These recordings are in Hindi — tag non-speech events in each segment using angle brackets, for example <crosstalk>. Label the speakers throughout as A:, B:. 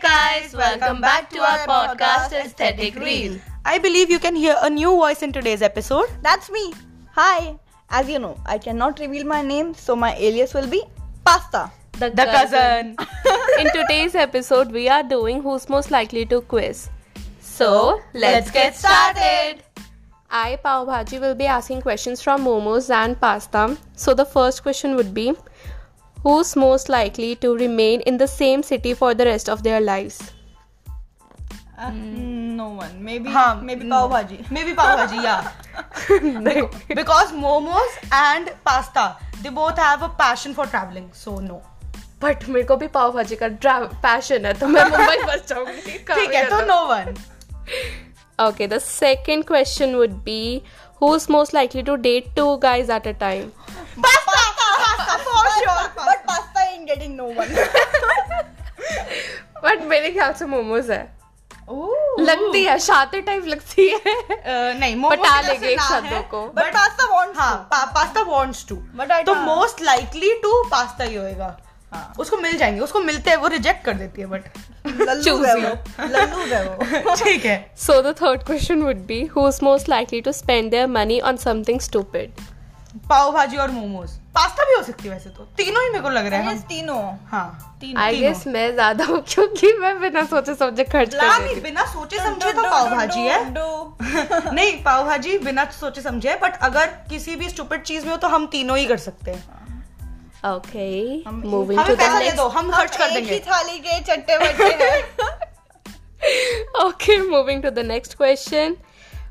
A: guys, welcome back to our podcast Aesthetic Reel.
B: I believe you can hear a new voice in today's episode.
C: That's me. Hi. As you know, I cannot reveal my name, so my alias will be Pasta.
B: The cousin.
A: <laughs> In today's episode, we are doing Who's Most Likely to Quiz. So, let's get started. I, Pav Bhaji, will be asking questions from momos and pasta. So, the first question would be Who's most likely to remain in the same city for the rest of their <clears throat> lives?
C: Mm, No one. Maybe
B: हाँ,
C: maybe
B: mm.
C: Pav
B: <laughs>
C: Bhaji.
B: Maybe pav bhaji, yeah. Beca- because momos and pasta, they both have a passion for traveling. So no.
A: But मेरे को भी पाव भाजी का पैशन है तो मैं मुंबई बस जाऊंगी
B: ठीक है, तो no one.
A: Okay, the second question would be who's most likely to date two guys at a time?
B: Pasta for sure.
C: But Pasta ain't getting no one. <laughs>
A: But मेरे ख्याल से मोमोज है
B: Ooh.
A: लगती है शातिर टाइप लगती है
B: Uh, नहीं, momos
A: पटा
B: की तरफ
A: लेंगे
B: से
A: एक
B: ना
A: साथ
B: है,
A: दो को।
B: but-
C: तो But Pasta wants
B: हाँ,
C: to.
B: पा- Pasta wants to
C: But I
B: तो
C: can't.
B: Most likely to Pasta ही होएगा
C: हाँ।
B: उसको मिल जाएंगे उसको मिलते हैं वो रिजेक्ट कर देती है बट
C: लल्लू
A: Choose
C: है
A: you.
C: वो. लल्लू है वो.
B: <laughs> ठीक है
A: So the third question would be who's most likely to spend their money on something stupid?
B: पाव भाजी और मोमोज पास्ता भी हो सकती है वैसे तो तीनों ही मेरे को लग रहा
C: I
B: है
C: guess तीनों.
B: हाँ
C: तीनों.
A: I guess मैं ज्यादा हूँ क्योंकि मैं बिना सोचे समझे खर्च कर
B: लामी
A: देती हूँ।
B: बिना सोचे
C: Do,
B: समझे
C: do,
B: तो
C: do,
B: पाव
C: do,
B: भाजी
C: do,
B: है
C: do.
B: <laughs> नहीं पाव भाजी बिना सोचे समझे है बट अगर किसी भी स्टूपिड चीज में हो तो हम तीनों ही कर सकते हैं
A: Okay,
C: हम-
A: moving
B: हमें
A: to the
B: पैसा दे
A: next.
B: दो हम खर्च कर
C: एक ही
B: देंगे
C: थाली के चट्टे बट्टे हैं
A: Okay, moving to the next question.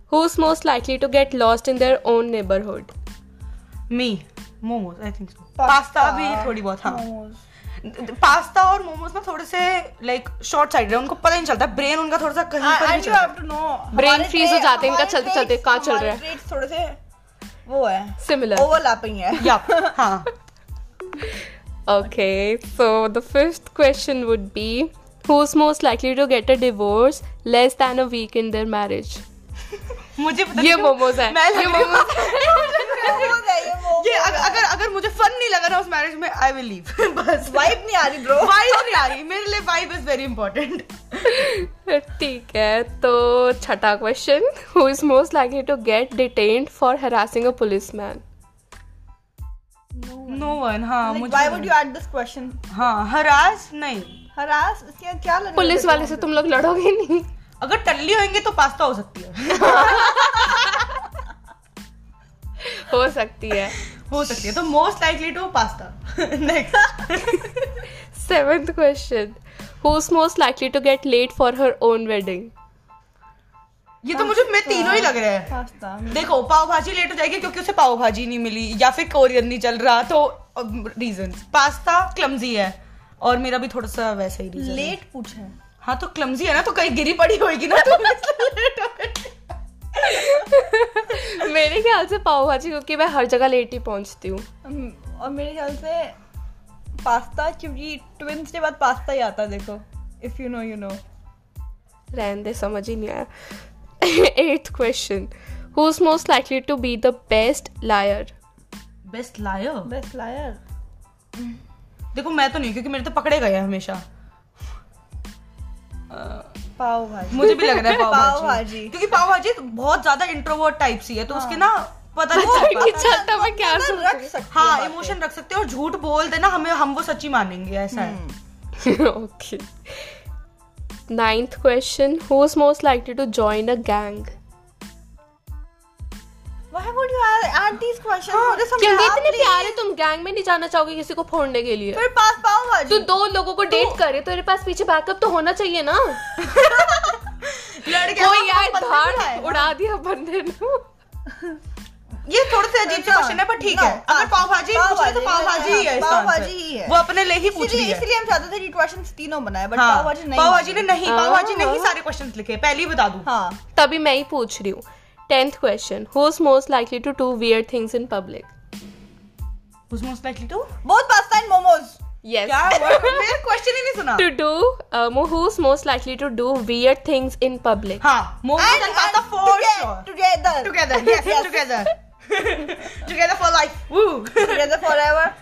A: Who's most likely to get lost in their own neighborhood?
B: Me Momos I think so <laughs> pasta भी थोड़ी बहुत हाँ
C: मोमोज।
B: पास्ता और मोमोज ना थोड़े से लाइक शॉर्ट साइड है उनको पता ही नहीं चलता ब्रेन उनका थोड़ा सा कहीं पर
C: And
B: भी
C: you
B: चलता
C: have to know.
A: Brain
C: हमारे
A: freeze हो
C: traits-
A: जाते हैं इनका
C: हमारे
A: चलते- चलते
C: traits-
A: कहाँ चल
C: हमारे
A: रहा है।
C: traits थोड़े से वो है
A: Similar.
C: ओवरलैपिंग है
B: या हाँ
A: Okay, so the fifth question would be Who's most likely to get a divorce less than a week in their marriage? <laughs>
B: मुझे
A: ये
B: पता नहीं क्यों-
A: मोमोज है
B: मैं
A: ये
B: लग रही हूँ-
A: मोमोज
C: Momos है ये momos
B: ये अग-
C: है।
B: अगर अगर मुझे फन नहीं लगा ना उस मैरिज में आई विल लीव <laughs> बस
C: वाइब नहीं आ रही ब्रो
B: वाइब नहीं आ रही मेरे लिए वाइब इज वेरी इंपॉर्टेंट
A: <laughs> ठीक है तो छठा question who is most likely to get detained for harassing a police man
B: no one हाँ मुझे
C: why would you add this question
B: हाँ हरास नहीं
C: हरास इसके क्या लग रहा है
A: पुलिस
C: तेरे
A: वाले
C: को?
A: से तुम लोग लड़ोगे नहीं
B: अगर टल्ली होंगे तो पास्ता हो सकती है <laughs>
A: हो सकती है
B: हो सकती है तो most likely to <laughs> pasta next
A: seventh question who is most likely to get late for her own wedding
B: ये तो मुझे मैं तीनों ही लग रहे हैं
C: पास्ता
B: देखो पाव भाजी लेट हो जाएगी क्योंकि उसे पाव भाजी नहीं मिली या फिर कोरियन नहीं चल रहा तो रीजन पास्ता क्लमजी है और मेरा भी थोड़ा सा वैसा ही रीजन
C: लेट पूछे
B: हाँ तो क्लमजी है ना तो कहीं गिरी पड़ी होगी ना <laughs> तो लेट हो गई।
A: मेरे ख्याल से पाव भाजी क्योंकि मैं हर जगह लेट ही पहुंचती हूँ
C: हम्म, और मेरे ख्याल से पास्ता क्योंकि ट्विंस के बाद पास्ता ही आता है देखो if you know you know
A: रहने दे समझ ही नहीं <laughs> आया eighth question who is most likely to be the best liar
B: best liar
C: best liar
B: देखो मैं तो नहीं क्योंकि मेरे तो पकड़े गए हैं हमेशा
C: पाव भाजी
B: मुझे भी लग रहा है पाव
C: पाव
B: भाजी,
C: भाजी।
B: क्योंकि पाव भाजी बहुत ज्यादा इंट्रोवर्ट टाइप सी है तो उसके ना पता नहीं चलता
A: नहीं चलता मैं क्या
C: मतलब रख
A: सोच
C: सकते
B: हाँ इमोशन रख सकते हो और झूठ बोल देना हमें हम वो सच्ची मानेंगे ऐसा है
A: <laughs> okay ninth question who is most likely to join a gang
C: why would you add these questions मुझे समझ
A: क्योंकि
C: आ
A: इतने
C: रही-
A: प्यारे तुम गैंग में नहीं जाना चाहोगे किसी को फोड़ने के लिए
C: फिर पास पाव भाजी
A: तू दो लोगों को डेट करे तो तेरे पास पीछे बैकअप तो होना चाहिए ना
B: लड़के
A: वो
B: हम
A: यार
B: बंदे बुलाए।
A: धार उड़ा दिया बंदे ने
B: ये थोड़े से अजीब से
C: ना,
B: क्वेश्चन है पर ठीक
C: ना,
B: है अगर पाव भाजी
C: पाव
B: पूछ रहे तो
C: भाजी,
B: पाव भाजी ही है
C: हाँ,
B: इसका
C: पाव
B: आंसर।
C: भाजी ही है।
B: वो अपने लिए ही पूछ रही
C: इसलिए
B: है
C: इसलिए हम चाहते थे कि क्वेश्चंस तीनों बनाए बट
B: हाँ,
C: पाव भाजी नहीं
B: पाव भाजी ने नहीं पाव भाजी ने ही
A: हाँ।
B: सारे क्वेश्चन लिखे पहले ही बता दूं
C: हाँ
A: तभी मैं ही पूछ रही हूँ tenth question who is most likely to do weird things in public
B: who's most likely to
C: both pasta and momos
A: yes
B: क्या What? <laughs> मैंने क्वेश्चन ही नहीं सुना
A: to do who is most likely to do weird things in public
B: हाँ momos and pasta for sure
C: together
B: together yes, together
C: <laughs>
B: together for life woo
C: together forever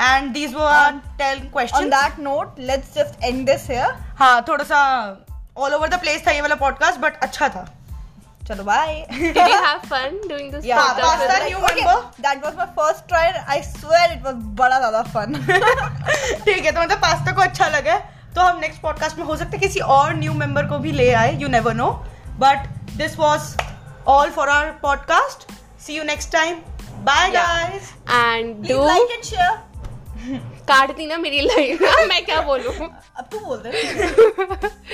B: and these were ten
C: On
B: question
C: that note, let's just end this here.
B: हाँ थोड़ा सा ऑल ओवर द प्लेस था ये वाला पॉडकास्ट बट अच्छा था
C: Chalo, bye.
B: <laughs>
A: Did you have fun doing this
C: Yeah,
A: podcast
B: pasta
A: with us?
B: Pasta new member.
C: That was my first try, and I swear it was बड़ा ज़्यादा fun. <laughs>
B: ठीक है तो मतलब पास्ता को अच्छा लगा है, तो हम नेक्स्ट पॉडकास्ट में हो सकता है किसी और न्यू मेंबर को भी ले आए you never know but this was all for our podcast see you next time bye
C: Yeah.
B: Guys
A: And
C: Please
A: do
C: like and share.
A: काट दी ना मेरी <laughs>
C: <laughs>
A: लाइफ मैं क्या बोलूँ
C: अब तू बोल रहे
A: <laughs>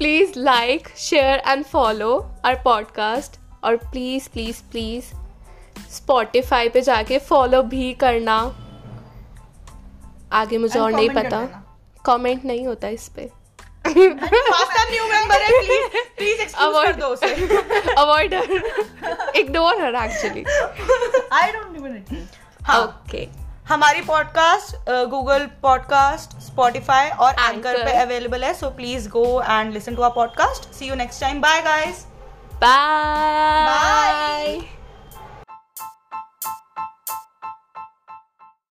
A: please like share and follow our podcast और please please please spotify पे जाके follow भी करना आगे मुझे
B: And
A: और नहीं
B: comment कर
A: पता
B: देना।
A: comment नहीं होता इस पे
B: पास्ता न्यू मेंबर है प्लीज प्लीज एक्सक्यूज कर
A: Avoid.
B: दो उसे
A: <laughs> अवॉइड इग्नोर हर actually
C: I don't even agree.
B: हाँ
A: ओके
B: हमारी uh, podcast Google podcast Spotify और
A: Anchor.
B: एंकर पे अवेलेबल है so please go and listen to our podcast see you next time bye guys
A: bye